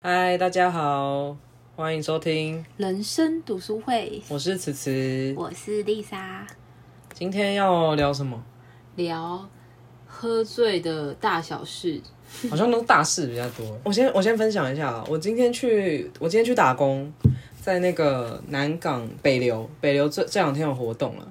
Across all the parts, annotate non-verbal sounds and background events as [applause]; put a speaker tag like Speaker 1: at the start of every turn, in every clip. Speaker 1: 嗨，大家好，欢迎收听，
Speaker 2: 人生读书会，
Speaker 1: 我是慈慈。
Speaker 2: 我是丽莎。
Speaker 1: 今天要聊什么？
Speaker 2: 聊喝醉的大小事，
Speaker 1: 好像都大事比较多。我先我先分享一下啊，我今天去我今天去打工，在那个南港北流，北流这这两天有活动了，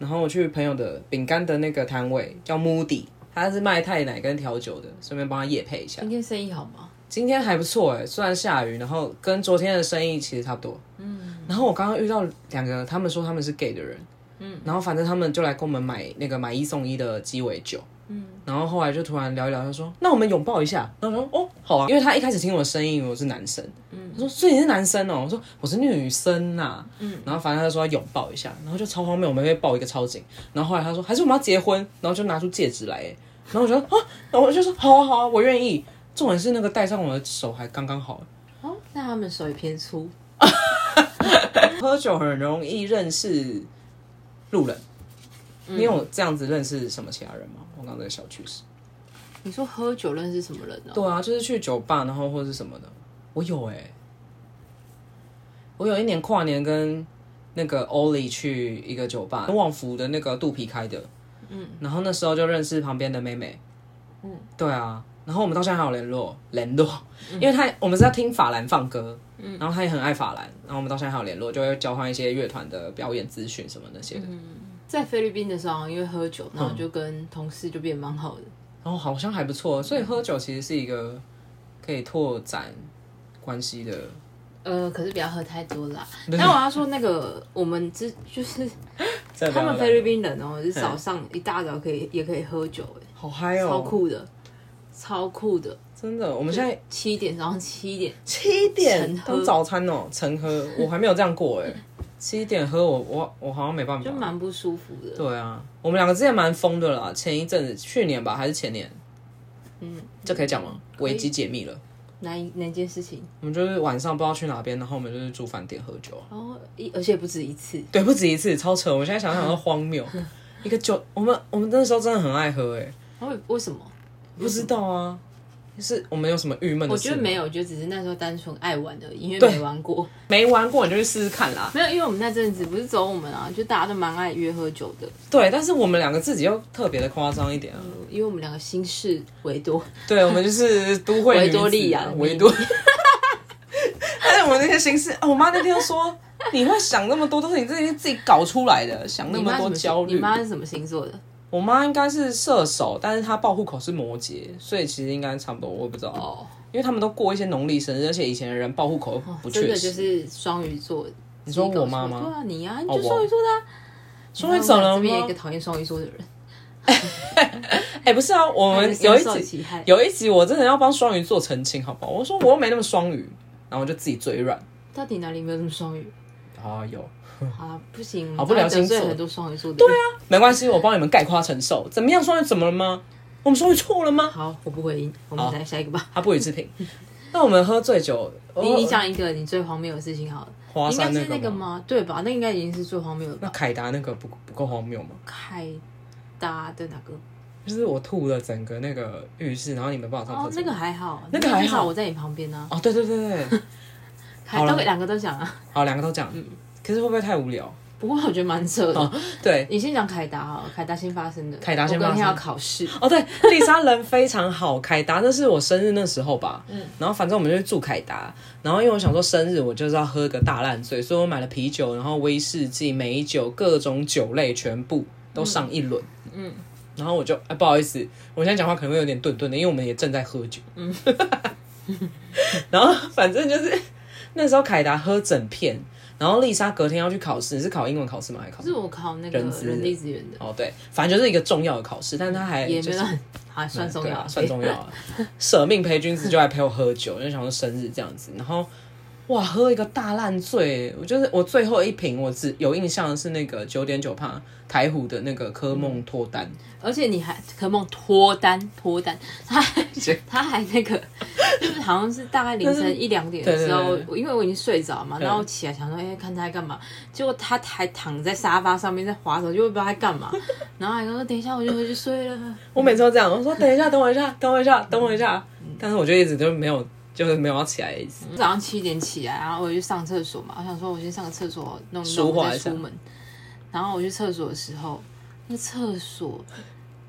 Speaker 1: 然后我去朋友的饼干的那个摊位叫 Moody，他是卖太奶跟调酒的，顺便帮他夜配一下。
Speaker 3: 今天生意好吗？
Speaker 1: 哦今天还不错哎，虽然下雨，然后跟昨天的生意其实差不多。嗯，然后我刚刚遇到两个，他们说他们是 gay 的人，嗯，然后反正他们就来跟我们买那个买一送一的鸡尾酒，嗯，然后后来就突然聊一聊，他说那我们拥抱一下，然后我说哦好啊，因为他一开始听我的声音以为我是男生，嗯，他说所以你是男生哦，我说我是女生呐、嗯，然后反正他就说要拥抱一下，然后就超荒谬，我们被抱一个超紧，然后后来他说还是我们要结婚，然后就拿出戒指来哎，然后我就说啊，然后我就说好啊好啊，我愿意。重点是那个戴上我的手还刚刚好。
Speaker 3: 哦，那他们手也偏粗，
Speaker 1: 喝酒很容易认识路人，你有这样子认识什么其他人吗？我刚刚这个小趣事。
Speaker 3: 你说喝酒认识什么人呢、哦
Speaker 1: 对啊，就是去酒吧，然后或是什么的。我有哎、我有一年跨年跟那个 Ollie 去一个酒吧，旺福的那个肚皮开的，嗯，然后那时候就认识旁边的妹妹，嗯，对啊，然后我们到现在还有联络，联络，因为他我们是在听法兰放歌，嗯，然后他也很爱法兰，然后我们到现在还有联络，就会交换一些乐团的表演资讯什么那些的，
Speaker 3: 在菲律宾的时候，因为喝酒，然后就跟同事就变蛮好的。
Speaker 1: 然后好像还不错，所以喝酒其实是一个可以拓展关系的。
Speaker 3: 呃，可是不要喝太多啦。 [laughs] 但我要说，那个我们之 [laughs] 就是他们菲律宾人哦、就是早上一大早可以也可以喝酒、欸，
Speaker 1: 好嗨哦，
Speaker 3: 超酷的，超酷的。
Speaker 1: 真的，我们现在
Speaker 3: 七点，早上七点，
Speaker 1: 七点
Speaker 3: 晨喝
Speaker 1: 当早餐哦，晨喝，我还没有这样过
Speaker 3: [laughs]
Speaker 1: 哎。七点喝我我我好像没办
Speaker 3: 就
Speaker 1: 法。
Speaker 3: 蛮不舒服的。
Speaker 1: 对啊，我们两个之前蛮疯的啦，前一阵子去年吧还是前年，
Speaker 3: 嗯，
Speaker 1: 这可以讲吗？危机解密了，
Speaker 3: 哪一哪件事情？
Speaker 1: 我们就是晚上不知道去哪边，然后我们就是住饭店喝酒啊。
Speaker 3: 然后一而且不止一次，
Speaker 1: 对，不止一次，超扯！我现在想想都荒
Speaker 3: [laughs]
Speaker 1: 谬。一个酒，我们我们那时候真的很爱喝哎、
Speaker 3: 然后哦为什么？
Speaker 1: 不知道啊，就是我们有什么郁闷的
Speaker 3: 我
Speaker 1: 事
Speaker 3: 觉
Speaker 1: 吗？
Speaker 3: 得没有，我觉得只是那时候单纯爱玩而已，因为没玩过。 [laughs]
Speaker 1: 没玩过，你就去试试看啦。
Speaker 3: 没有，因为我们那阵子不是走我们啊，就大家都蛮爱约喝酒的，嗯
Speaker 1: 对，但是我们两个自己又特别的夸张一点啊。
Speaker 3: 因为我们两个心事为多，
Speaker 1: 对，我们就是都会
Speaker 3: 维多利亚的秘密
Speaker 1: 维多。 [laughs] 但是我们那些心思，哦我妈那天说，你会想那么多，都是你自己自己搞出来的，想那
Speaker 3: 你
Speaker 1: 么
Speaker 3: 妈什
Speaker 1: 多
Speaker 3: 么星
Speaker 1: 焦虑。
Speaker 3: 你妈是什么星座的？
Speaker 1: 我妈应该是射手，但是她报户口是摩羯，所以其实应该差不多，我也不知道。
Speaker 3: 哦，
Speaker 1: 因为他们都过一些农历生日，而且以前的人报户口又不确
Speaker 3: 哦真
Speaker 1: 实。
Speaker 3: 的就是双鱼座。你
Speaker 1: 说我妈吗
Speaker 3: 对啊，你啊，你
Speaker 1: 我
Speaker 3: 就双鱼座的、啊。
Speaker 1: 双鱼座啊了
Speaker 3: 这边有
Speaker 1: 吗
Speaker 3: 一个？讨厌双鱼座的人，
Speaker 1: 哎、不是啊，我们有
Speaker 3: 深
Speaker 1: 一
Speaker 3: 受
Speaker 1: 集
Speaker 3: 其害。
Speaker 1: 有一集我真的要帮双鱼座澄清，好不好？我说我又没那么双鱼，然后我就自己嘴软。
Speaker 3: 到底哪里没有这么双鱼？
Speaker 1: 啊，有，
Speaker 3: 啊，不行，
Speaker 1: 好不聊
Speaker 3: 我
Speaker 1: 星
Speaker 3: 们
Speaker 1: 座
Speaker 3: 得罪很多双鱼座的人。对啊，
Speaker 1: 没关系，我帮你们概括承受。怎么样，双鱼怎么了吗？我们双鱼错了吗？
Speaker 3: 好，我不回应，我们来下一个吧。
Speaker 1: 他不予置
Speaker 3: [laughs]
Speaker 1: 评。那我们喝醉酒，
Speaker 3: 你
Speaker 1: 哦
Speaker 3: 你讲一个你最荒谬的事情好了，
Speaker 1: 华
Speaker 3: 应该
Speaker 1: 山
Speaker 3: 是那
Speaker 1: 个
Speaker 3: 个
Speaker 1: 吗？
Speaker 3: 吗？对吧？那应该已经是最荒谬的吧
Speaker 1: 那凯达那个不不够荒谬吗？
Speaker 3: 开搭的哪个？
Speaker 1: 就是我吐了整个那个浴室，然后你没办法上
Speaker 3: 哦
Speaker 1: 厕，所。
Speaker 3: 那个还好，
Speaker 1: 那个还好
Speaker 3: 至少我在你旁边呢、
Speaker 1: 哦，对对对
Speaker 3: [laughs]
Speaker 1: 对，
Speaker 3: 啊，
Speaker 1: 好
Speaker 3: 还
Speaker 1: 了
Speaker 3: 都两个都讲啊。
Speaker 1: 好，两个都讲。嗯可是会不会太无聊？
Speaker 3: 不过我觉得蛮扯的。
Speaker 1: 对，
Speaker 3: 你先讲凯达好了，凯达先发生的。
Speaker 1: 凯达先
Speaker 3: 我
Speaker 1: 发生
Speaker 3: 隔天要考试，
Speaker 1: 哦，对， [laughs] 丽莎人非常好，凯达那是我生日那时候吧，嗯，然后反正我们就去住凯达，然后因为我想说生日我就是要喝个大烂醉，所以我买了啤酒，然后威士忌、美酒各种酒类全部都上一轮，嗯，然后我就哎不好意思，我现在讲话可能会有点顿顿的，因为我们也正在喝酒，嗯， [laughs] 然后反正就是那时候凯达喝整片，然后丽莎隔天要去考试，你是考英文考试吗？还是考
Speaker 3: 就是我考那个
Speaker 1: 人资
Speaker 3: 人力资源的，
Speaker 1: 哦对，反正就是一个重要的考试，但她还
Speaker 3: 也
Speaker 1: 就
Speaker 3: 没
Speaker 1: 是
Speaker 3: 有很还算重
Speaker 1: 对
Speaker 3: 要欸
Speaker 1: 啊，，算重要啊。舍命陪君子就来陪我喝酒， [laughs] 就想说生日这样子，然后哇，喝一个大烂醉。我就是我最后一瓶，我只有印象的是那个九点九帕台虎的那个科梦脱单，
Speaker 3: 而且你还可梦脱单脱单，他还他还那个，就是好像是大概凌晨一两点的时候
Speaker 1: 对对，
Speaker 3: 我因为我已经睡着嘛，
Speaker 1: 对
Speaker 3: 然后起来想说，哎、看他在干嘛？结果他还躺在沙发上面在划手机，我也不知道他干
Speaker 1: [laughs]
Speaker 3: 嘛，然后还说等一下我就回去睡了。嗯
Speaker 1: 我每次都这样，我说等一下，等我一下，等我一下，等我一下，但是我就一直都没有就是没有要起来的意思。
Speaker 3: 早上七点起来，然后我去上厕所嘛，我想说我先上个厕所弄
Speaker 1: 舒
Speaker 3: 弄
Speaker 1: 缓
Speaker 3: 再
Speaker 1: 一下
Speaker 3: 出门。然后我去厕所的时候，那厕所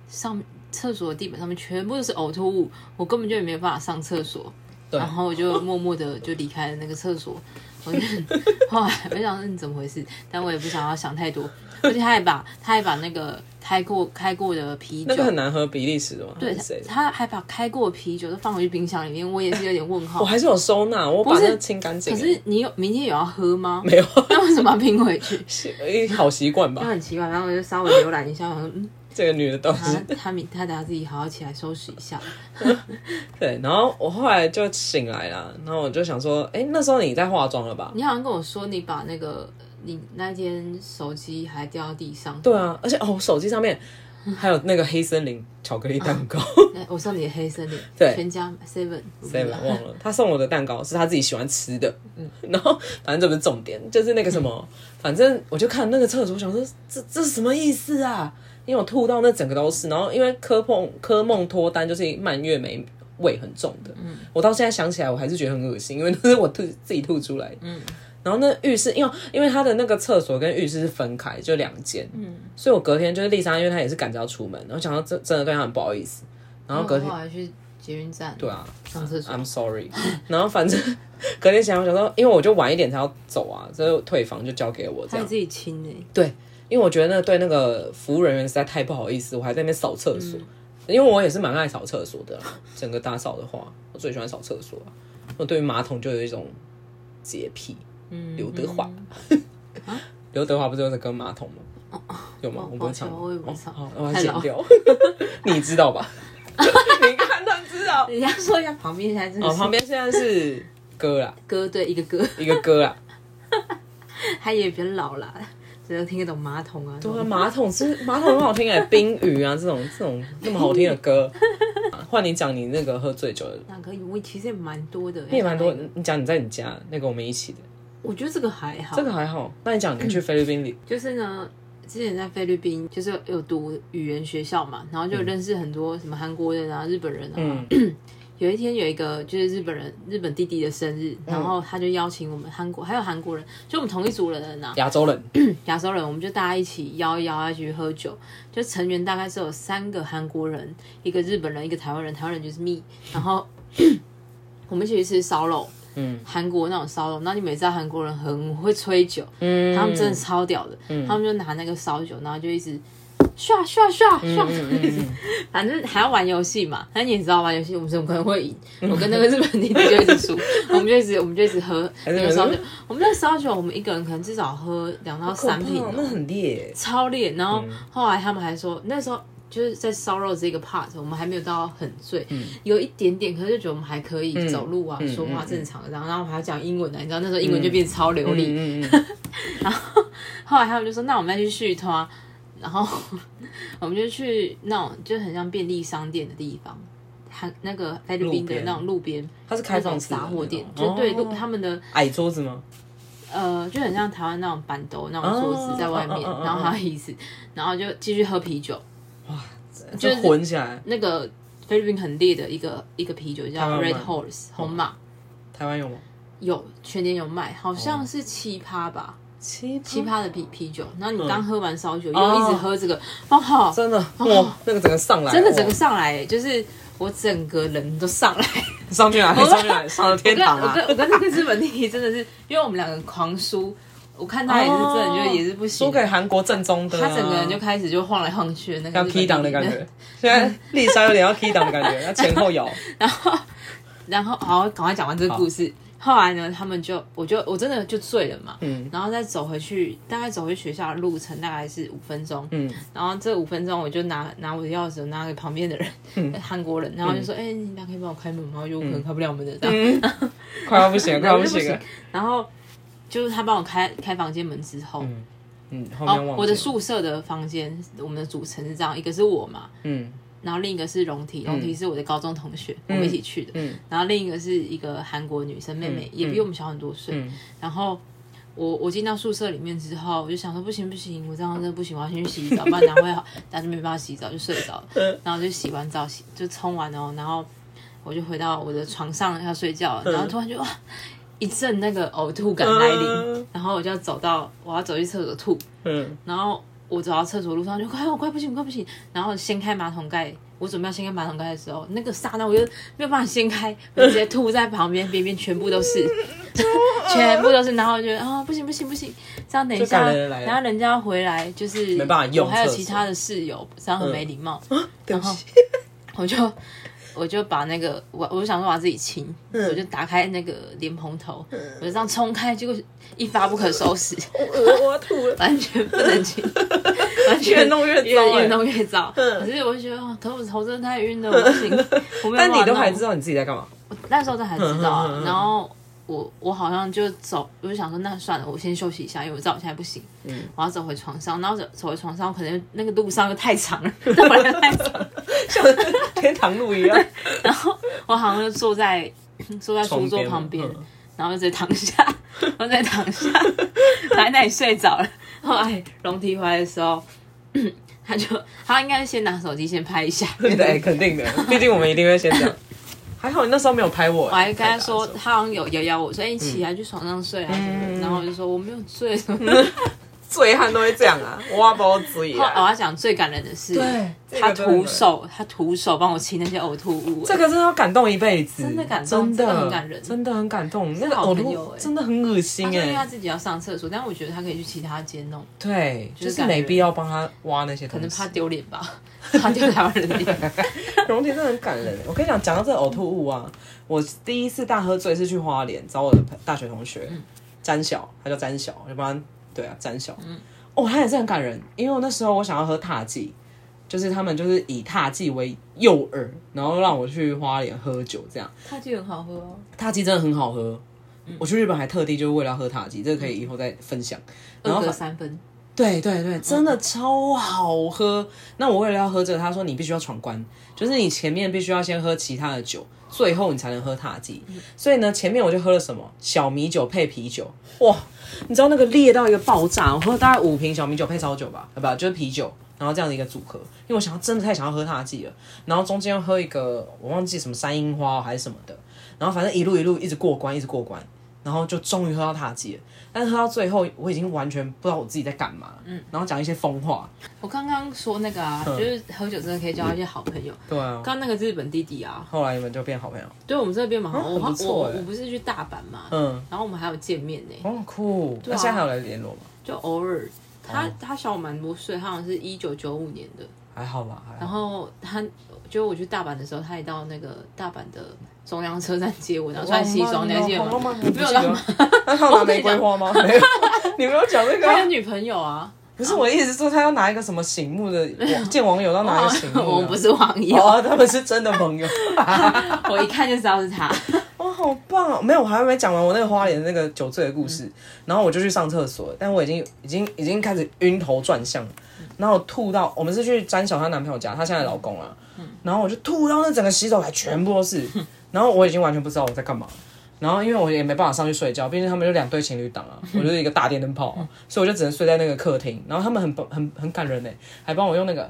Speaker 3: 上厕所的地板上面全部都是呕吐物，我根本就也没有办法上厕所。
Speaker 1: 对
Speaker 3: 然后我就默默的就离开了那个厕所。我就 [laughs] 后来我就想说你怎么回事，但我也不想要想太多。而且他还把他还把那个开过开过的啤酒
Speaker 1: 那个很难喝，欸比利时的吗？对
Speaker 3: 对，他还把开过的啤酒都放回去冰箱里面，我也是有点问号
Speaker 1: 我。还是有收纳，我把
Speaker 3: 是
Speaker 1: 那个清干净。
Speaker 3: 可是你有明天有要喝吗？
Speaker 1: 没有， [laughs]
Speaker 3: 那为什么要拼回去？
Speaker 1: 一好习惯
Speaker 3: 就
Speaker 1: 吧？
Speaker 3: 很奇怪，然后我就稍微浏览一下，我想说，
Speaker 1: [laughs]
Speaker 3: 嗯，
Speaker 1: 这个女的东西。
Speaker 3: 他他明他等下自己好好起来收拾一下。
Speaker 1: 对，然后我后来就醒来了，然后我就想说，哎、那时候你在化妆了吧？
Speaker 3: 你好像跟我说你把那个你那天手机还掉到地上，
Speaker 1: 对啊，而且哦，我手机上面还有那个黑森林巧克力蛋糕，
Speaker 3: 哎，我送你的黑森林，
Speaker 1: 对
Speaker 3: 全家 seven
Speaker 1: 谁忘了？他送我的蛋糕是他自己喜欢吃的，嗯， [laughs] 然后反正这不是重点，就是那个什 [laughs] 么，反正我就看那个厕所，我想说这这是什么意思啊？因为我吐到那整个都是，然后因为科梦科梦脱单就是蔓越莓味很重的，嗯，我到现在想起来我还是觉得很恶心，因为 [laughs] 那是我吐自己吐出来的，嗯。然后那浴室，因为因为他的那个厕所跟浴室是分开，就两间，嗯，所以我隔天就是丽莎，因为她也是赶着要出门，然后想到真真的对她很不好意思，然后隔天
Speaker 3: 我后来去捷运站，
Speaker 1: 对啊，
Speaker 3: 上厕所
Speaker 1: I'm sorry。然后反正 [laughs] 隔天起来，我想说，哦因为我就晚一点才要走啊，所以退房就交给我这
Speaker 3: 他
Speaker 1: 样
Speaker 3: 自。己亲的，
Speaker 1: 对，因为我觉得那对那个服务人员实在太不好意思，我还在那边扫厕
Speaker 3: 嗯
Speaker 1: 所，因为我也是蛮爱扫厕所的啦。 [laughs] 整个打扫的话，我最喜欢扫厕所啊、我对于马桶就有一种洁癖。嗯，刘德华， [laughs] 刘德华不是有在跟马桶吗？有吗？
Speaker 3: 嗯哦
Speaker 1: 我不会唱，
Speaker 3: 抱歉我也不唱
Speaker 1: 哦好我要
Speaker 3: 太老
Speaker 1: 剪掉。 [laughs] 你知道吧？ [laughs] 你看他知道。
Speaker 3: 人家说一下 [laughs] 旁边现在真的
Speaker 1: 哦，
Speaker 3: 是
Speaker 1: 旁边现在是歌 [laughs] 啦，
Speaker 3: 哥对一个哥，
Speaker 1: 一个歌啦。
Speaker 3: [laughs] 他也比较老啦，只能听得懂马桶啊。
Speaker 1: 对
Speaker 3: 这
Speaker 1: 啊，
Speaker 3: 种
Speaker 1: 马桶是马桶很好听哎，冰雨啊这种这种那么好听的
Speaker 3: [laughs]
Speaker 1: 歌。啊换你讲你那个喝醉酒的，
Speaker 3: 那个我其实也蛮多的、欸，
Speaker 1: 你也蛮多。你讲你在你家那个我们一起的，
Speaker 3: 我觉得这个还好，
Speaker 1: 这个还好。那你讲你去菲律宾里，
Speaker 3: 就是呢，之前在菲律宾就是有有读语言学校嘛，然后就认识很多什么韩国人啊、日本人啊。
Speaker 1: 嗯，
Speaker 3: [clears throat] 有一天有一个就是日本人日本弟弟的生日，
Speaker 1: 嗯
Speaker 3: 然后他就邀请我们韩国还有韩国人，就我们同一组人啊，
Speaker 1: 亚洲人，
Speaker 3: 亚洲人，我们就大家一起邀一邀啊，一起去喝酒。就成员大概是有三个韩国人，一个日本人，一个台湾人，台湾人就是 me。然后 [clears throat] 我们一起去吃烧肉，
Speaker 1: 嗯
Speaker 3: 韩国那种烧肉。那你们也知道韩国人很会吹酒，
Speaker 1: 嗯，
Speaker 3: 他们真的超屌的，他们就拿那个烧酒，然后就一直唰唰唰
Speaker 1: 嗯
Speaker 3: 唰，一直 [laughs] 反正还要玩游戏嘛。但你也知道玩游戏，我们怎么可能会赢？我跟那个日本弟弟就一直输，我们就一直我们就一直喝那
Speaker 1: 是
Speaker 3: 个烧酒。我们那烧酒，我们一个人可能至少喝两到三瓶
Speaker 1: 好可怕哦那
Speaker 3: 哦，
Speaker 1: 很烈。
Speaker 3: 超烈。然
Speaker 1: 嗯
Speaker 3: 后后来他们还说，那时候就是在烧肉这个 part，我们还没有到很醉，
Speaker 1: 嗯
Speaker 3: 有一点点，可是就觉得我们还可以走路啊、说话正常的。然后然后我们还要讲英文啊，你知道那时候英文就变超流利。
Speaker 1: 嗯嗯嗯嗯，
Speaker 3: 后来他们就说，那我们再去续团，然后 [laughs] 我们就去那种就很像便利商店的地方，还那个菲律宾
Speaker 1: 路
Speaker 3: 的
Speaker 1: 边
Speaker 3: 那种路边
Speaker 1: 它是开
Speaker 3: 那
Speaker 1: 放
Speaker 3: 种
Speaker 1: 式的
Speaker 3: 杂货店，
Speaker 1: 那种
Speaker 3: 就对路
Speaker 1: 哦
Speaker 3: 他们的
Speaker 1: 矮桌子吗？
Speaker 3: 呃，就很像台湾那种板凳那种桌子在外面，
Speaker 1: 哦哦哦哦
Speaker 3: 然后还有椅子，然后就继续喝啤酒。就是
Speaker 1: 这混起来，
Speaker 3: 那个菲律宾很烈的一个一个啤酒
Speaker 1: 台
Speaker 3: 叫
Speaker 1: 湾哦
Speaker 3: Red
Speaker 1: 吗
Speaker 3: Horse 红马，
Speaker 1: 台湾有吗？
Speaker 3: 有全年有卖，好
Speaker 1: 哦
Speaker 3: 像是七趴吧。
Speaker 1: 奇
Speaker 3: 七趴的啤啤酒，然后你刚喝完烧酒，
Speaker 1: 嗯
Speaker 3: 又
Speaker 1: 哦
Speaker 3: 一直喝这个，哦好，
Speaker 1: 真的哇，那个整个上来，
Speaker 3: 真的整个
Speaker 1: 哇
Speaker 3: 上来，就是我整个人都上来。
Speaker 1: 上去哪里？上去哪里？上了
Speaker 3: [laughs]
Speaker 1: [laughs]
Speaker 3: 我
Speaker 1: 天
Speaker 3: 跟
Speaker 1: 堂
Speaker 3: 我
Speaker 1: 啊！
Speaker 3: 跟我跟那个日本弟弟真的是，因为我们两个狂输，我看他也是真的，就也是不
Speaker 1: 哦
Speaker 3: 行
Speaker 1: 输。给韩国正宗的啊、
Speaker 3: 他整个人就开始就晃来晃去的那个
Speaker 1: 像
Speaker 3: 日本
Speaker 1: K 档的
Speaker 3: 弟弟
Speaker 1: 感觉。现在丽莎有点要 K 档的感觉，
Speaker 3: [laughs]
Speaker 1: 要前后摇。
Speaker 3: 然后好，赶快讲完这个故事。后来呢，他们就，我就我真的就醉了嘛，
Speaker 1: 嗯
Speaker 3: 然后再走回去，大概走回学校的路程大概是五分钟，
Speaker 1: 嗯
Speaker 3: 然后这五分钟我就拿拿我的钥匙拿给旁边的人，
Speaker 1: 嗯
Speaker 3: 韩国人，然后就说，哎、你俩可以帮我开门吗？我觉得我可能开不了门的，这样，
Speaker 1: 嗯，快要不
Speaker 3: [laughs]
Speaker 1: 行了，快要不行了。
Speaker 3: 然后就是他帮我开开房间门之后，
Speaker 1: 嗯，后面忘记
Speaker 3: 哦
Speaker 1: 了，
Speaker 3: 我的宿舍的房间，我们的组成是这样，一个是我嘛，
Speaker 1: 嗯
Speaker 3: 然后另一个是荣体，荣体是我的高中同学，我们一起去的，
Speaker 1: 嗯
Speaker 3: 然后另一个是一个韩国女生妹妹，
Speaker 1: 嗯
Speaker 3: 也比我们小很多岁，
Speaker 1: 嗯
Speaker 3: 然后。我我进到宿舍里面之后，我就想说不行不行，我这样真的不行，我要先去洗澡，不然
Speaker 1: 嗯
Speaker 3: 等下会好，但是没办法洗澡就睡着了。然后就洗完澡洗就冲完哦，然后我就回到我的床上要睡觉了，然后突然就哇一阵那个呕吐感来临
Speaker 1: 嗯，
Speaker 3: 然后我就要走到我要走去厕所吐，
Speaker 1: 嗯，
Speaker 3: 然后我走到厕所路上就快我快不行快不行，然后掀开马桶盖，我准备要掀开马桶盖的时候，那个刹那我又没有办法掀开，我就直接吐在旁边，边边全部
Speaker 1: [laughs]
Speaker 3: 都是， [laughs] 全部都是，然后我觉得啊、不行不行不行，这样等一
Speaker 1: 就
Speaker 3: 下，
Speaker 1: 赶人来了
Speaker 3: 然后人家要回来就是
Speaker 1: 没办法用嗯
Speaker 3: 我还有
Speaker 1: 厕所
Speaker 3: 其他的室友，这样很没礼貌，
Speaker 1: 对不
Speaker 3: 然后
Speaker 1: 起，
Speaker 3: 我就。我就把那个我我就想说我要自己清，
Speaker 1: 嗯
Speaker 3: 我就打开那个莲蓬头，我就这样冲开，结果一发不可收拾。
Speaker 1: 我
Speaker 3: 呃
Speaker 1: 我我要吐了。
Speaker 3: 完全不能去，完全
Speaker 1: [laughs] 越弄越糟欸
Speaker 3: 越弄越糟。
Speaker 1: 嗯
Speaker 3: 可是我就觉得，哦，头头真的太晕了，我
Speaker 1: [laughs]
Speaker 3: 不行。我没有
Speaker 1: 但你
Speaker 3: 办法
Speaker 1: 都还
Speaker 3: 弄
Speaker 1: 知道你自己在干嘛？
Speaker 3: 那时候都还知道
Speaker 1: 嗯嗯嗯
Speaker 3: 啊
Speaker 1: 嗯。
Speaker 3: 然后我我好像就走，我就想说，那算了，我先休息一下，因为我知道我现在不行。嗯，我要走回床上，然后走走回床上，我可能那个路上又太
Speaker 1: [laughs]
Speaker 3: 长了，对 [laughs] 我来说太长。
Speaker 1: 像天堂路一样，
Speaker 3: 然后我好像就坐在 [coughs] 坐在书桌旁边，
Speaker 1: 嗯
Speaker 3: 然后就直接躺下，然后再躺下，奶奶睡着了。后来龙提回来的时候， [coughs] 他就他应该先拿手机先拍一下，
Speaker 1: [laughs] 对，肯定的，毕竟我们一定会先
Speaker 3: [laughs]
Speaker 1: 讲。还好你那时候没有拍我，
Speaker 3: 我
Speaker 1: 我
Speaker 3: 还跟他说，他好像有摇摇我说：“哎、你起来去床上睡啊什么的。
Speaker 1: 嗯
Speaker 3: 然后我就说：“我没有醉什么的。
Speaker 1: 醉汉都会这样啊，挖包子也
Speaker 3: 后哦，他讲最感人的是，
Speaker 1: 对
Speaker 3: 他
Speaker 1: 这个真的
Speaker 3: 徒手他徒手帮我清那些呕吐物、欸
Speaker 1: 这个真的要感动一辈子，
Speaker 3: 真的感
Speaker 1: 真
Speaker 3: 动真的
Speaker 1: 的
Speaker 3: 很感人
Speaker 1: 真的很感动。那个
Speaker 3: 好
Speaker 1: 呕
Speaker 3: 朋友
Speaker 1: 吐
Speaker 3: 欸
Speaker 1: 真的很恶心
Speaker 3: 他说因为他
Speaker 1: 哎，
Speaker 3: 自己要上厕所，但我觉得他可以去其他间弄，
Speaker 1: 对，就
Speaker 3: 就是是感
Speaker 1: 没
Speaker 3: 人
Speaker 1: 必要帮他挖那些
Speaker 3: 可
Speaker 1: 东
Speaker 3: 能
Speaker 1: 西
Speaker 3: 怕。丢脸吧， [laughs] 怕丢台湾人的脸。
Speaker 1: [laughs] 荣婷真的很感人。欸我跟你讲，讲到这个呕吐物啊，我第一次大喝醉是去花莲找我的朋大学同学、
Speaker 3: 嗯
Speaker 1: 詹晓，他叫詹晓，要不然对啊，詹晓。
Speaker 3: 嗯
Speaker 1: 哦，他也是很感人，因为我那时候我想要喝踏剂，就是他们就是以踏剂为诱饵，然后让我去花莲喝酒这样。
Speaker 3: 他就很好喝哦。
Speaker 1: 塔鸡真的很好喝，我去日本还特地就是为了要喝塔鸡，这个可以以后再分享。然后
Speaker 3: 二
Speaker 1: 反
Speaker 3: 个三分，
Speaker 1: 对对对，真的超好喝。那我为了要喝这个，他说你必须要闯关，就是你前面必须要先喝其他的酒，最后你才能喝塔吉。所以呢，前面我就喝了什么小米酒配啤酒，哇，你知道那个烈到一个爆炸，我喝了大概五瓶小米酒配烧酒吧，好吧，就是啤酒。然后这样的一个组合，因为我想要真的太想要喝塔吉了，然后中间又喝一个我忘记什么山樱花还是什么的，然后反正一路一路一直过关，一直过关，然后就终于喝到塔吉了。但是喝到最后，我已经完全不知道我自己在干嘛，嗯，然后讲一些疯话，
Speaker 3: 我刚刚说那个啊，就是喝酒真的可以交到一些好朋友。
Speaker 1: 嗯对啊。
Speaker 3: 刚刚那个日本弟弟啊，
Speaker 1: 后来你们就变好朋友，
Speaker 3: 对我们这边嘛，我
Speaker 1: 很不错
Speaker 3: 我
Speaker 1: 欸
Speaker 3: 我不是去大阪嘛，
Speaker 1: 嗯，
Speaker 3: 然后我们还有见面呢，
Speaker 1: 哦，酷，那、
Speaker 3: 啊
Speaker 1: 现在还有来联络吗？
Speaker 3: 就偶尔。他
Speaker 1: 哦
Speaker 3: 他小我蛮多岁，他好像是一九九五年的。
Speaker 1: 还好吧，还好
Speaker 3: 然后他就我去大阪的时候，他也到那个大阪的中央车站接我，然后穿西装，你还记得
Speaker 1: 好浪
Speaker 3: 吗
Speaker 1: 漫？哦
Speaker 3: 没有浪漫，
Speaker 1: [laughs] 那他有拿玫瑰花
Speaker 3: [laughs]
Speaker 1: 吗？没有， [laughs] 你没有讲这个
Speaker 3: 他
Speaker 1: 啊
Speaker 3: 有。女朋
Speaker 1: [laughs]
Speaker 3: 友啊。
Speaker 1: 不是我的意思是说，他要拿一个什么醒目的，见网友要拿一个醒目的啊。
Speaker 3: [laughs] 我不是网
Speaker 1: [laughs]
Speaker 3: 友，
Speaker 1: 哦，他们是真的朋友。
Speaker 3: [laughs] 我一看就知道是他。
Speaker 1: 哇，好棒哦！没有，我还没讲完我那个花莲那个酒醉的故
Speaker 3: 嗯
Speaker 1: 事，然后我就去上厕所，但我已经已经已经开始晕头转向，然后我吐到我们是去詹小她男朋友家，她现在的老公啊，然后我就吐到那整个洗手台全部都是，然后我已经完全不知道我在干嘛。然后因为我也没办法上去睡觉，毕竟他们就两对情侣档啊，我就是一个大电灯泡、啊，所以我就只能睡在那个客厅。然后他们很很很感人呢、欸还帮我用那个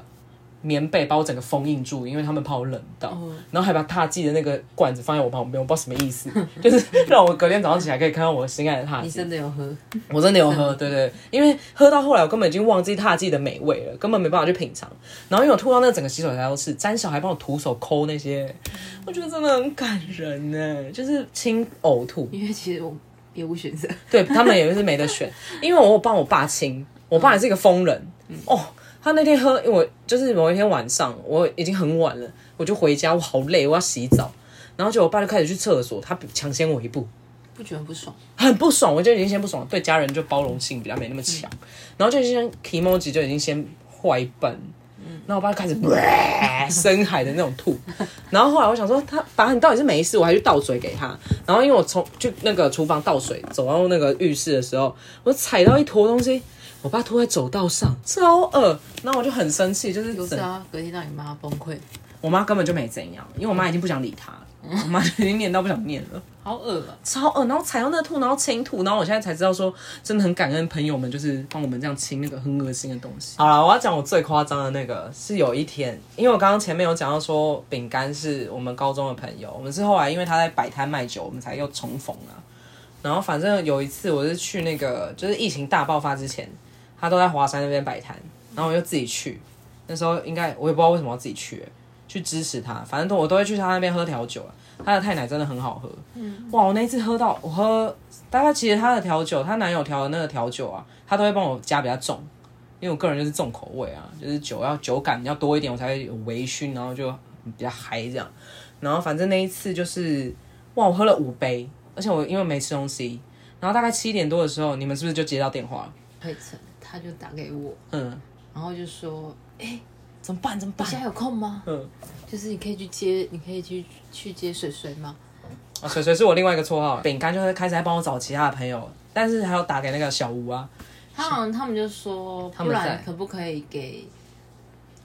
Speaker 1: 棉被把我整个封印住，因为他们怕我冷到，然后还把踏剂的那个罐子放在我旁边，我不知道什么意思， [laughs] 就是让我隔天早上起来可以看到我心爱的踏
Speaker 3: 你
Speaker 1: 剂
Speaker 3: 真。的有喝？
Speaker 1: 我真的有喝，对对，因为喝到后来我根本已经忘记踏剂的美味了，根本没办法去品尝。然后因为我吐到那整个洗手台都是，詹小还帮我徒手抠那些，我觉得真的很感人呢，就是清呕吐。
Speaker 3: 因为其实我别无选择。
Speaker 1: 对他们也是没得选，因为我有帮我爸清，我爸也是一个疯人、哦。他那天喝，因为我就是某一天晚上，我已经很晚了，我就回家，我好累，我要洗澡，然后就我爸就开始去厕所，他抢先我一步，
Speaker 3: 不觉得不爽，
Speaker 1: 很不爽，我就已经先不爽，对家人就包容性比较没那么强，然后就先 emoji 就已经先坏笨，然后我爸就开始 [laughs] 深海的那种吐，然后后来我想说他，反正你到底是没事，我还去倒水给他，然后因为我从去那个厨房倒水，走到那个浴室的时候，我踩到一坨东西，我爸吐在走道上，超恶，然后我就很生气，就是
Speaker 3: 不是
Speaker 1: 整
Speaker 3: 啊，隔天让你妈崩溃。
Speaker 1: 我妈根本就没怎样，因为我妈已经不想理他了。我妈已经念到不想念了，
Speaker 3: 好恶啊！
Speaker 1: 超呃饿，然后踩到那吐，然后清吐，然后我现在才知道说，真的很感恩朋友们，就是帮我们这样清那个很恶心的东西。好了，我要讲我最夸张的那个是有一天，因为我刚刚前面有讲到说，饼干是我们高中的朋友，我们是后来因为他在摆摊卖酒，我们才又重逢啊。然后反正有一次我是去那个，就是疫情大爆发之前，他都在华山那边摆摊，然后我就自己去。那时候应该我也不知道为什么要自己去、欸去支持他，反正都我都会去他那边喝调酒啊。他的太奶真的很好喝，哇！我那一次喝到我喝，大概其实他的调酒，她男友调的那个调酒啊，他都会帮我加比较重，因为我个人就是重口味啊，就是酒要酒感比较多一点，我才会有微醺，然后就比较嗨这样。然后反正那一次就是，哇！我喝了五杯，而且我因为没吃东西，然后大概七点多的时候，你们是不是就接到电话了？
Speaker 3: 佩晨他就打给我，
Speaker 1: 嗯，
Speaker 3: 然后就说：“哎、
Speaker 1: 怎么办？怎么
Speaker 3: 你
Speaker 1: 办？
Speaker 3: 现在有空吗？
Speaker 1: 嗯，
Speaker 3: 就是你可以去接，你可以去去接水水吗？
Speaker 1: 啊，水水是我另外一个绰号，饼干就是开始在帮我找其他的朋友，但是还有打给那个小吴啊，
Speaker 3: 他好像他们就说，
Speaker 1: 他
Speaker 3: 不
Speaker 1: 们在
Speaker 3: 然可不可以给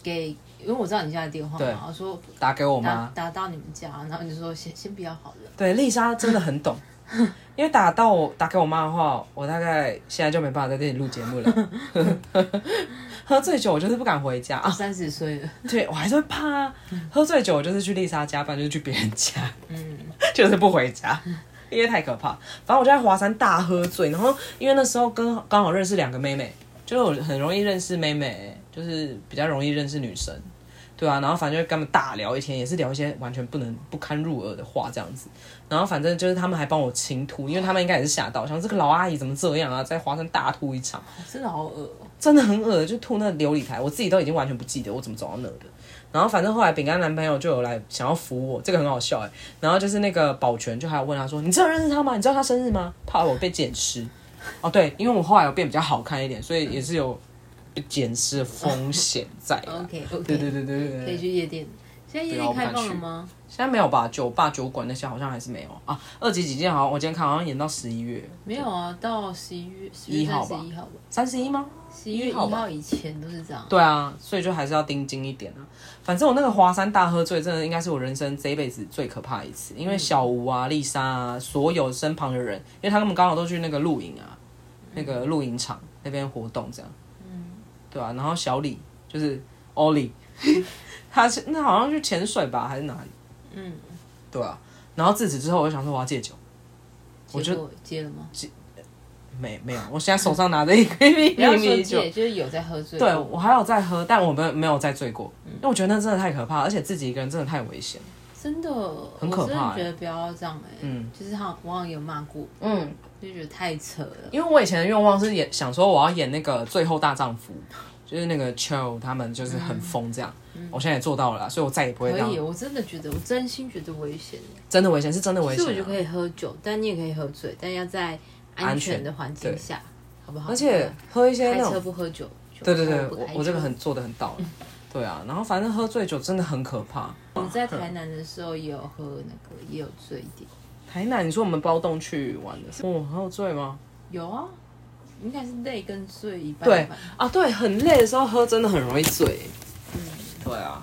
Speaker 3: 给，因为我知道你家的电话嘛，
Speaker 1: 对啊
Speaker 3: 然后说
Speaker 1: 打给我
Speaker 3: 打
Speaker 1: 妈。
Speaker 3: 打到你们家，然后你就说先先不要好了。
Speaker 1: 对，丽莎真的很懂，因为打到我打给我妈的话，我大概现在就没办法在这里录节目了。 [laughs] 喝醉酒我就是不敢回家啊，
Speaker 3: 三十岁了， [laughs]
Speaker 1: 对我还是会怕啊。喝醉酒我就是去丽莎家，不然就是去别人家，嗯， [laughs] 就是不回家。因为太可怕，反正我就在华山大喝醉，然后因为那时候跟刚好认识两个妹妹，就是我很容易认识妹妹，就是比较容易认识女生，对啊，然后反正就跟他们大聊一天，也是聊一些完全不能不堪入耳的话这样子，然后反正就是他们还帮我清吐，因为他们应该也是吓到，想这个老阿姨怎么这样啊，在华山大吐一场，
Speaker 3: 真的好恶、哦。
Speaker 1: 真的很恶，就吐那琉璃台，我自己都已经完全不记得我怎么走到那的。然后反正后来饼干男朋友就有来想要扶我，这个很好笑哎、然后就是那个保全就还有问他说：“你知道认识他吗？你知道他生日吗？”怕我被捡尸。哦，对，因为我后来有变比较好看一点，所以也是有被捡尸的风险在啊。
Speaker 3: OK OK，
Speaker 1: 对对对对对
Speaker 3: 可
Speaker 1: 对。
Speaker 3: 以去夜店。现在夜
Speaker 1: 对啊
Speaker 3: 店
Speaker 1: 我
Speaker 3: 开
Speaker 1: 敢
Speaker 3: 放了
Speaker 1: 去
Speaker 3: 吗？
Speaker 1: 现在没有吧？酒吧、酒馆那些好像还是没有啊。二级几件好像我今天看好像延到十一月，
Speaker 3: 没有啊，到十一月十
Speaker 1: 一
Speaker 3: 一
Speaker 1: 号吧
Speaker 3: 十一号吧，
Speaker 1: 三十一吗？
Speaker 3: 十一月
Speaker 1: 一
Speaker 3: 一
Speaker 1: 号吧
Speaker 3: 号以前都是这样。
Speaker 1: 对啊，所以就还是要盯紧一点啊。反正我那个华山大喝醉，真的应该是我人生这一辈子最可怕的一次，因为小吴啊、丽莎啊，所有身旁的人，因为他们刚好都去那个露营啊，
Speaker 3: 嗯
Speaker 1: 那个露营场那边活动这样，对啊，然后小李就是 Ollie，他是那好像去潜水吧，还是哪里？
Speaker 3: 嗯，
Speaker 1: 对啊，然后自此之后，我就想说我要戒酒。我
Speaker 3: 结
Speaker 1: 就
Speaker 3: 果接了吗？
Speaker 1: 没没有，我现在手上拿着一杯米
Speaker 3: 不要说
Speaker 1: 米酒，
Speaker 3: 戒，就是有在喝醉。
Speaker 1: 对我还有在喝，但我没有没有再醉过，
Speaker 3: 嗯
Speaker 1: 因为我觉得那真的太可怕，而且自己一个人真的太危险。
Speaker 3: 真的，
Speaker 1: 很可怕欸
Speaker 3: 我真的觉得不要这样哎、
Speaker 1: 嗯
Speaker 3: 就是好，我好像有骂过，
Speaker 1: 嗯，
Speaker 3: 就觉得太扯了。
Speaker 1: 因为我以前的愿望是演，想说我要演那个《最后大丈夫》，就是那个 Chill 他们就是很疯这样，我现在也做到了啦，所以我再也不会
Speaker 3: 嗯可
Speaker 1: 这样
Speaker 3: 以，。哦我真的觉得，我真心觉得危险。欸
Speaker 1: 真的危险是真的危
Speaker 3: 所以我
Speaker 1: 险
Speaker 3: 觉
Speaker 1: 啊、
Speaker 3: 得可以喝酒，但你也可以喝醉，但要在安全的环境下，好不好？啊
Speaker 1: 而且喝一些
Speaker 3: 开
Speaker 1: 那
Speaker 3: 车
Speaker 1: 种，
Speaker 3: 不喝酒。酒
Speaker 1: 对对
Speaker 3: 后
Speaker 1: 对，
Speaker 3: 不
Speaker 1: 我
Speaker 3: 开
Speaker 1: 我这个
Speaker 3: 车嗯
Speaker 1: 很做的很到了，对啊，然后反正喝醉酒真的很可怕。
Speaker 3: 我在台南的时候也有喝那个，也有醉一点。
Speaker 1: 台南，你说我们包栋去玩的时候，哦，很有醉吗？
Speaker 3: 有啊，应该是累跟醉一半
Speaker 1: 对
Speaker 3: 吧。
Speaker 1: 啊，对，很累的时候喝真的很容易醉。对啊。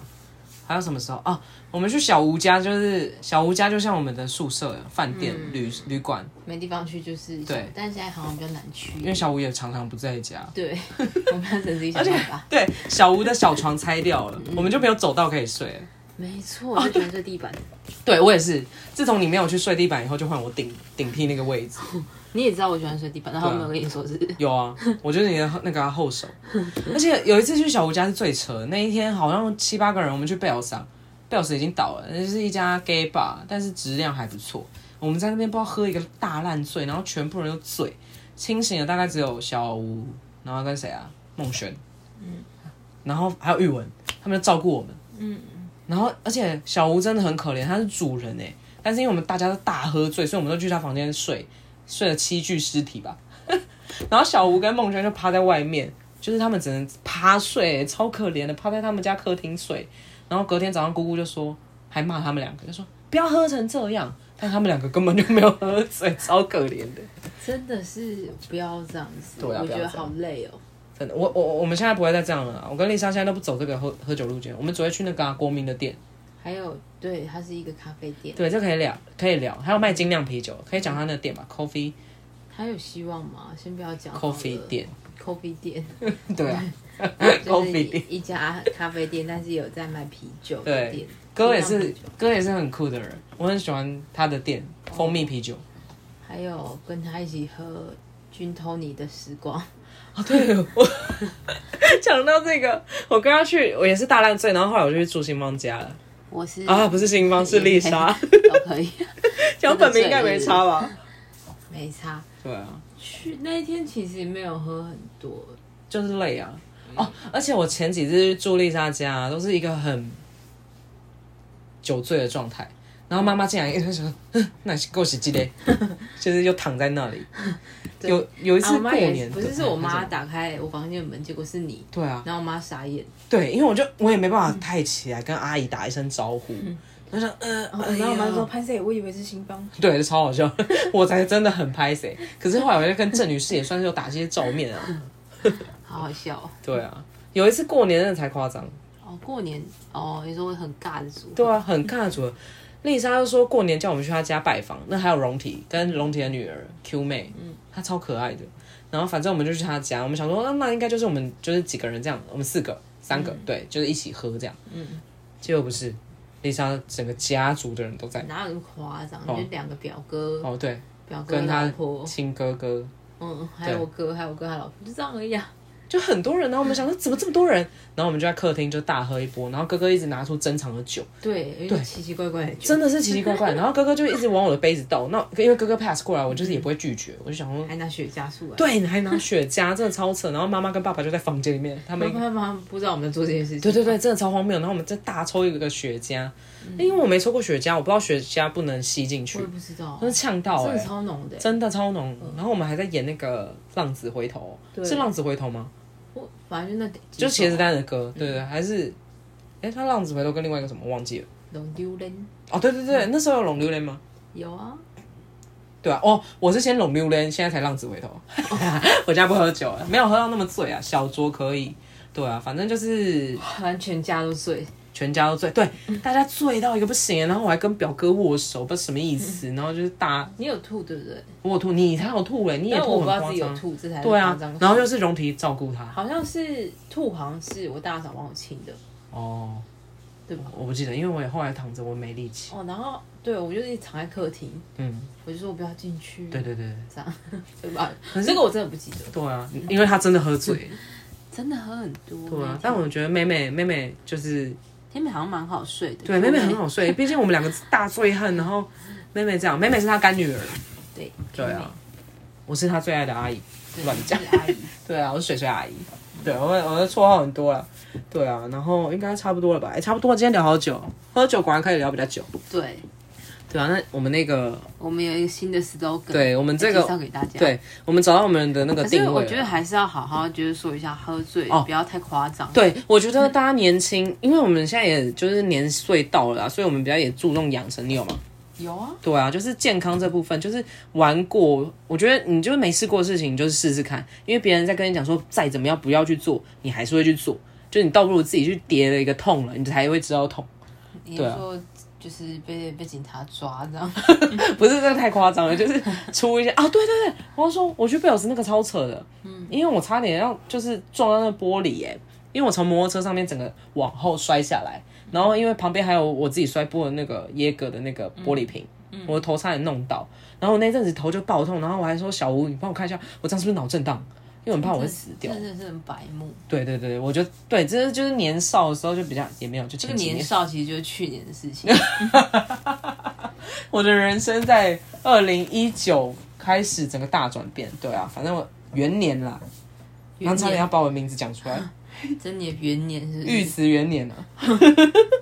Speaker 1: 还有什么时候啊？我们去小吴家，就是小吴家，就像我们的宿舍、饭店、旅旅馆，
Speaker 3: 没地方去就是
Speaker 1: 对
Speaker 3: 但现在好像比较难去，
Speaker 1: 因为小吴也常常不在家。
Speaker 3: 对， [laughs] 我们要整自己想办法。
Speaker 1: 对，嗯小吴的小床拆掉了，我们就没有走道可以睡。
Speaker 3: 没错，我就喜欢睡地板。
Speaker 1: 对我也是，自从你没有去睡地板以后，就换我顶顶替那个位置。
Speaker 3: 你也知道我喜欢睡地板，然后我没有跟你说是
Speaker 1: 啊有啊，我就是你的那个啊后手。而且有一次去小吴家是最扯，那一天好像七八个人，我们去贝尔莎，贝尔莎已经倒了，那就是一家 gay bar，但是质量还不错。我们在那边不知道喝一个大烂醉，然后全部人都醉，清醒的大概只有小吴，然后跟谁啊？孟璇，嗯，然后还有玉文，他们就照顾我们，嗯，然后而且小吴真的很可怜，他是主人哎、但是因为我们大家都大喝醉，所以我们都去他房间睡，睡了七具尸体吧。然后小吴跟孟轩就趴在外面，就是他们只能趴睡，超可怜的，趴在他们家客厅睡。然后隔天早上，姑姑就说，还骂他们两个，就说不要喝成这样。但他们两个根本就没有喝醉，超可怜的。
Speaker 3: 真的是不要这样子，
Speaker 1: 对啊
Speaker 3: 我
Speaker 1: 不要这
Speaker 3: 觉得
Speaker 1: 样
Speaker 3: 好累哦。
Speaker 1: 真的，我我我们现在不会再这样了啦。我跟丽莎现在都不走这个喝喝酒路线，我们只会去那个啊、国民的店，
Speaker 3: 还有对，它是一个咖啡店，
Speaker 1: 对，这可以聊，可以聊。还有卖精酿啤酒，可以讲他那店吧，Coffee
Speaker 3: 还有希望吗？先不要讲好了
Speaker 1: Coffee 店，
Speaker 3: ，coffee
Speaker 1: [laughs]
Speaker 3: 店
Speaker 1: 对啊
Speaker 3: 就是
Speaker 1: ，Coffee 店。
Speaker 3: 一家咖啡店，但是有在卖啤酒的
Speaker 1: 对
Speaker 3: 店。
Speaker 1: 哥也
Speaker 3: 精
Speaker 1: 是
Speaker 3: 酿啤酒，
Speaker 1: 哥也是很酷的人，我很喜欢他的店，蜂蜜啤酒。
Speaker 3: 还有跟他一起喝君托尼的时光，
Speaker 1: 哦，对，我讲到这个，我跟他去，我也是大烂醉，然后后来我就去住新芳家了
Speaker 3: 我是
Speaker 1: 啊，不是新芳，
Speaker 3: 嗯
Speaker 1: 是丽莎，
Speaker 3: [laughs] 都可以，
Speaker 1: 讲本名应该没差吧？
Speaker 3: 没差。
Speaker 1: 对啊，
Speaker 3: 去那一天其实也没有喝很多，
Speaker 1: 就是累啊。
Speaker 3: 嗯
Speaker 1: 哦，而且我前几次去住丽莎家，都是一个很酒醉的状态，然后妈妈进来一直想，哼那是够洗鸡
Speaker 3: [laughs]
Speaker 1: 嘞，就是又躺在那里。
Speaker 3: 对
Speaker 1: 有有一
Speaker 3: 啊
Speaker 1: 次
Speaker 3: 我
Speaker 1: 过
Speaker 3: 妈也
Speaker 1: 年，
Speaker 3: 是不是是我妈打开我房间的门，结果是你，
Speaker 1: 对啊，
Speaker 3: 然后我妈傻眼，
Speaker 1: 对，因为我就我也没办法太起来跟阿姨打一声招呼，我就想呃，哎
Speaker 3: 嗯哦然后我妈
Speaker 1: 呀
Speaker 3: 说潘 Sir，我以为是新邦，
Speaker 1: [laughs] 对，超好笑，我才真的很拍谁。可是后来我就跟郑女士也算是有打些照面啊。
Speaker 3: 好好笑哦。
Speaker 1: 对啊，有一次过年真的才夸张。
Speaker 3: 哦，过年哦，你说很尬的组合，
Speaker 1: 对啊，很看得出来。丽莎就说过年叫我们去她家拜访，那还有荣体跟荣体的女儿 Q 妹，嗯，她超可爱的。然后反正我们就去她家，我们想说，那那应该就是我们就是几个人这样，我们四个、三个，对，就是一起喝这样。嗯，结果不是，丽莎整个家族的人都在。
Speaker 3: 哪有那么夸张？就两个表哥，
Speaker 1: 哦，对，
Speaker 3: 表哥
Speaker 1: 跟她
Speaker 3: 老婆，
Speaker 1: 亲哥哥，
Speaker 3: 嗯，还有我哥，还有我哥他老婆，就这样而已啊。
Speaker 1: 就很多人。然后我们想说，怎么这么多人？然后我们就在客厅就大喝一波。然后哥哥一直拿出珍藏的酒，
Speaker 3: 对，有点奇奇怪怪的酒，
Speaker 1: 真的是奇奇怪怪。然后哥哥就一直往我的杯子倒，那因为哥哥 pass 过来，我就是也不会拒绝，我就想说，
Speaker 3: 还拿雪茄啊出来。
Speaker 1: 对，你还拿雪茄，真的超扯。然后妈妈跟爸爸就在房间里面，他们
Speaker 3: 妈妈妈妈不知道我们在做这件事情。
Speaker 1: 对对对，真的超荒谬。然后我们再大抽一个雪茄，因为我没抽过雪茄，我不知道雪茄不能吸进去
Speaker 3: 我也，不知道啊
Speaker 1: 真，是呛到
Speaker 3: 真
Speaker 1: 哎、
Speaker 3: 的超浓的欸。
Speaker 1: 真的超浓。然后我们还在演那个浪子回头，
Speaker 3: 对
Speaker 1: 是浪子回头吗？
Speaker 3: 我反正就那几
Speaker 1: 就
Speaker 3: 首
Speaker 1: 茄子蛋的
Speaker 3: 嗯
Speaker 1: 歌，对对，对还是，哎，他浪子回头跟另外一个什么忘记了。
Speaker 3: 龙丢人
Speaker 1: 哦，对对
Speaker 3: 嗯
Speaker 1: 对，那时候有龙榴莲吗？
Speaker 3: 有啊，
Speaker 1: 对啊，哦，我是先拢溜嘞，现在才浪子回
Speaker 3: [laughs]
Speaker 1: 头。我家不喝酒啊，没有喝到那么醉啊，小酌可以。对啊，反正就是
Speaker 3: 反正全家都醉。
Speaker 1: 全家都醉，对，
Speaker 3: 嗯
Speaker 1: 大家醉到一个不行。然后我还跟表哥握手，不知道什么意思。
Speaker 3: 嗯
Speaker 1: 然后就是大
Speaker 3: 你有吐对不对？
Speaker 1: 我吐，你才有吐嘞，欸你也
Speaker 3: 但我
Speaker 1: 吐
Speaker 3: 不
Speaker 1: 很
Speaker 3: 知道自
Speaker 1: 夸
Speaker 3: 己有
Speaker 1: 张。
Speaker 3: 吐，这才是
Speaker 1: 对
Speaker 3: 夸
Speaker 1: 啊
Speaker 3: 张，
Speaker 1: 然后就是容体照顾他。
Speaker 3: 好像是吐，好像是我大嫂帮我清的，
Speaker 1: 哦，
Speaker 3: 对吧？
Speaker 1: 我不记得，因为我也后来躺着，我没力气。
Speaker 3: 哦，然后对我就是躺在客厅，
Speaker 1: 嗯，
Speaker 3: 我就说我不要进去，
Speaker 1: 对对对对
Speaker 3: 这样对吧？
Speaker 1: 是
Speaker 3: 这个我真的不记得，
Speaker 1: 对啊，因为他真的喝醉。
Speaker 3: 真的喝很多。
Speaker 1: 对啊
Speaker 3: 那，
Speaker 1: 但
Speaker 3: 天
Speaker 1: 我觉得妹妹妹妹就是
Speaker 3: 天美好像蛮好睡的，
Speaker 1: 对，妹妹很好睡，毕竟我们两个大醉汉，然后妹妹这样，妹妹是她干女儿，
Speaker 3: 对
Speaker 1: 对啊，我是她最爱的阿姨，
Speaker 3: 对
Speaker 1: 乱讲
Speaker 3: 是阿姨。
Speaker 1: 对啊，我是水水阿姨，对我我的绰号很多了，对啊，然后应该差不多了吧，哎、差不多，今天聊好久，喝酒果然可以聊比较久，
Speaker 3: 对，
Speaker 1: 对啊，那我们那个，
Speaker 3: 我们有一个新的 slogan，
Speaker 1: 对我们这
Speaker 3: 介绍
Speaker 1: 个，
Speaker 3: 给大家。。
Speaker 1: 对我们找到我们的那个
Speaker 3: 可
Speaker 1: 定
Speaker 3: 是
Speaker 1: 位了，
Speaker 3: 我觉得还是要好好就是说一下，喝醉、
Speaker 1: 哦
Speaker 3: 不要太夸张。
Speaker 1: 对，我觉得大家年轻，因为我们现在也就是年岁到了啦，啊所以我们比较也注重养成，你有吗？
Speaker 3: 有啊，
Speaker 1: 对啊，就是健康这部分，就是玩过，我觉得你就是没试过的事情，你就是试试看，因为别人在跟你讲说再怎么样不要去做，你还是会去做，就你倒不如自己去跌了一个痛了，你才会知道痛，
Speaker 3: 你
Speaker 1: 对啊
Speaker 3: 说就是被被警察抓这样，
Speaker 1: 不是这个太夸张了，就是出一些啊，对对对，我要说我去贝尔斯那个超扯的，嗯，因为我差点要就是撞到那玻璃耶、因为我从摩托车上面整个往后摔下来，然后因为旁边还有我自己摔破的那个椰哥的那个
Speaker 3: 嗯
Speaker 1: 玻璃瓶，我的头差点弄到，然后我那阵子头就爆痛，然后我还说小吴，你帮我看一下我这样是不是脑震荡，因为我很怕我会死掉。
Speaker 3: 真的是很白目。
Speaker 1: 对对对，我就对，这是就是年少的时候就比较也没有，就
Speaker 3: 这
Speaker 1: 前
Speaker 3: 个
Speaker 1: 几
Speaker 3: 年
Speaker 1: 年，
Speaker 3: 少其实就是去年的事情，
Speaker 1: 我的人生在二零一九开始整个大转变，对啊，反正我元年啦，然后
Speaker 3: 元
Speaker 1: 差点要
Speaker 3: 年，
Speaker 1: 把我的名字讲出来，
Speaker 3: 真的元年是不
Speaker 1: 玉
Speaker 3: 是？
Speaker 1: 慈元年啊。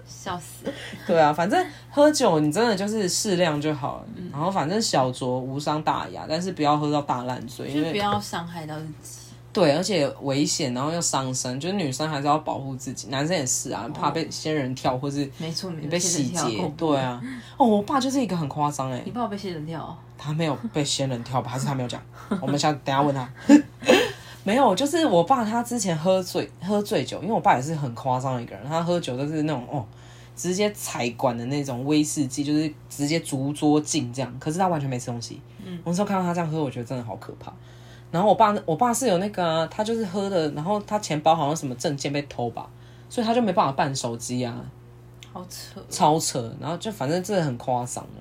Speaker 3: 笑死！
Speaker 1: 对啊，反正喝酒你真的就是适量就好了，
Speaker 3: 嗯
Speaker 1: 然后反正小酌无伤大雅，但是不要喝到大烂醉，因
Speaker 3: 就不
Speaker 1: 为
Speaker 3: 要伤害到自己。
Speaker 1: 对，而且危险，然后又伤身，就是女生还是要保护自己，男生也是啊，怕被仙人跳或是
Speaker 3: 没错，没错，
Speaker 1: 被洗
Speaker 3: 哦仙人跳
Speaker 1: 劫
Speaker 3: 恐，怖
Speaker 1: 对，啊。哦，我爸就是一个很夸张哎
Speaker 3: 你，怕我被仙人跳哦？
Speaker 1: 他没有被仙人跳吧？还是他没有讲？我们下等一下问他。 [laughs] 没有，就是我爸他之前喝醉喝醉酒，因为我爸也是很夸张的一个人，他喝酒都是那种哦，直接采管的那种威士忌，就是直接足桌敬这样。可是他完全没吃东西。嗯，我那时候看到他这样喝，我觉得真的好可怕。然后我爸，我爸是有那个、啊，他就是喝的，然后他钱包好像什么证件被偷吧，所以他就没办法办手机啊，
Speaker 3: 好扯，
Speaker 1: 超扯。然后就反正真的很夸张啊。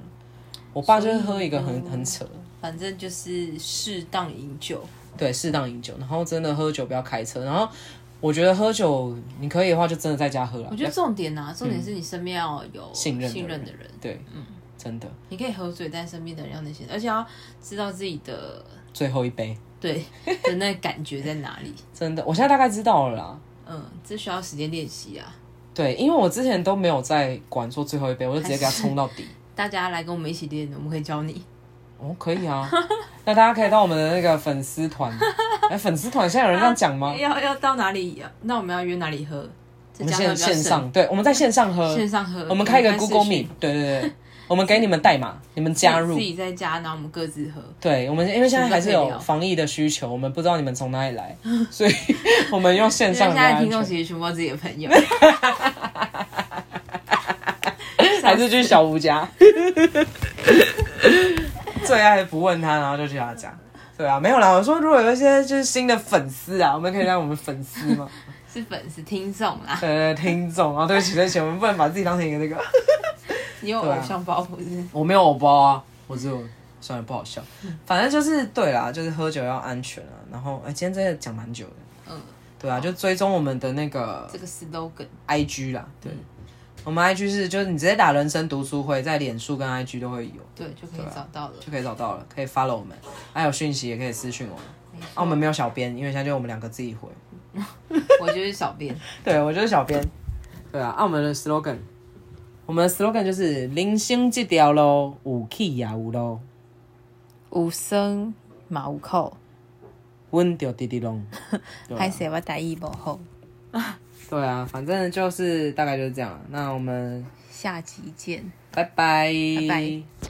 Speaker 1: 我爸就是喝一个很很扯，
Speaker 3: 哦反正就是适当饮酒。
Speaker 1: 对，适当饮酒，然后真的喝酒不要开车。然后我觉得喝酒你可以的话，就真的在家喝了
Speaker 3: 我。觉得重点啊，重点是你身边要有
Speaker 1: 嗯信任的
Speaker 3: 信任
Speaker 1: 人
Speaker 3: 的人，
Speaker 1: 对，嗯，真的，
Speaker 3: 你可以喝醉，但身边的人要那些，而且要知道自己的
Speaker 1: 最后一杯， [laughs]
Speaker 3: 对的那感觉在哪里。
Speaker 1: 真的，我现在大概知道了啦。
Speaker 3: 嗯，这需要时间练习啊。
Speaker 1: 对，因为我之前都没有在管说最后一杯，我就直接给他冲到底。
Speaker 3: 大家来跟我们一起练，我们可以教你。
Speaker 1: 哦，可以啊，那大家可以到我们的那个粉丝团，哎，粉丝团现在有人这样讲吗？
Speaker 3: 要要到哪里？那我们要约哪里喝？在
Speaker 1: 我们
Speaker 3: 家
Speaker 1: 线
Speaker 3: 喝比较省
Speaker 1: 线上，对，我们在线上喝，
Speaker 3: 线上喝，
Speaker 1: 我们开一个
Speaker 3: 视
Speaker 1: Google
Speaker 3: 讯
Speaker 1: Meet，对对对，我们给你们代码，你们加入
Speaker 3: 自。己在家，然后我们各自喝。
Speaker 1: 对，我们因为现在还是
Speaker 3: 我们可以
Speaker 1: 有
Speaker 3: 聊
Speaker 1: 防疫的需求，我们不知道你们从哪里
Speaker 3: [laughs]
Speaker 1: 来，所以我们用线
Speaker 3: 因为
Speaker 1: 上
Speaker 3: [laughs] 现
Speaker 1: 的
Speaker 3: 在的
Speaker 1: 安
Speaker 3: 听众
Speaker 1: 全，
Speaker 3: 其实全部都是自己的朋友，
Speaker 1: [laughs] 还是去小吴家， [laughs] 最爱不问他，然后就去他家。对啊，没有啦。我说，如果有一些就是新的粉丝啊，我们可以让我们粉丝
Speaker 3: [laughs]
Speaker 1: 嘛，
Speaker 3: 是粉丝听众啦。
Speaker 1: 呃，听众啊，对不起，对不起，我们不能把自己当成一个那
Speaker 3: [laughs]
Speaker 1: 个。
Speaker 3: 你有
Speaker 1: 啊
Speaker 3: 偶像包袱是？
Speaker 1: 我没有偶包啊，我只有算了，不好笑。反正就是对啦，就是喝酒要安全啊。然后，哎、今天真的讲蛮久的。
Speaker 3: 嗯，
Speaker 1: 对啊，就追踪我们的那个
Speaker 3: 这个 slogan
Speaker 1: IG 啦，对，
Speaker 3: 嗯
Speaker 1: 我们 IG 是就是你直接打人生读书会，在脸书跟 IG 都会有，
Speaker 3: 对就可
Speaker 1: 啊
Speaker 3: 以找到了。
Speaker 1: 就可以找到了，可以 follow 我们，还有讯息也可以私讯我们。
Speaker 3: 没
Speaker 1: 啊，我
Speaker 3: 错，
Speaker 1: 们没有小编，因为现在就我们两个自己回。
Speaker 3: 我就是小编，
Speaker 1: 对，我就是小编。对啊，啊，我们的 slogan，我们的 slogan 就是人生这条路有起也有落，
Speaker 3: 五声马五扣，
Speaker 1: 阮就滴滴拢。对啊
Speaker 3: 还是我打一不后，
Speaker 1: 对啊，反正就是大概就是这样啊。那我们
Speaker 3: 下集见。
Speaker 1: 拜拜，
Speaker 3: 拜拜。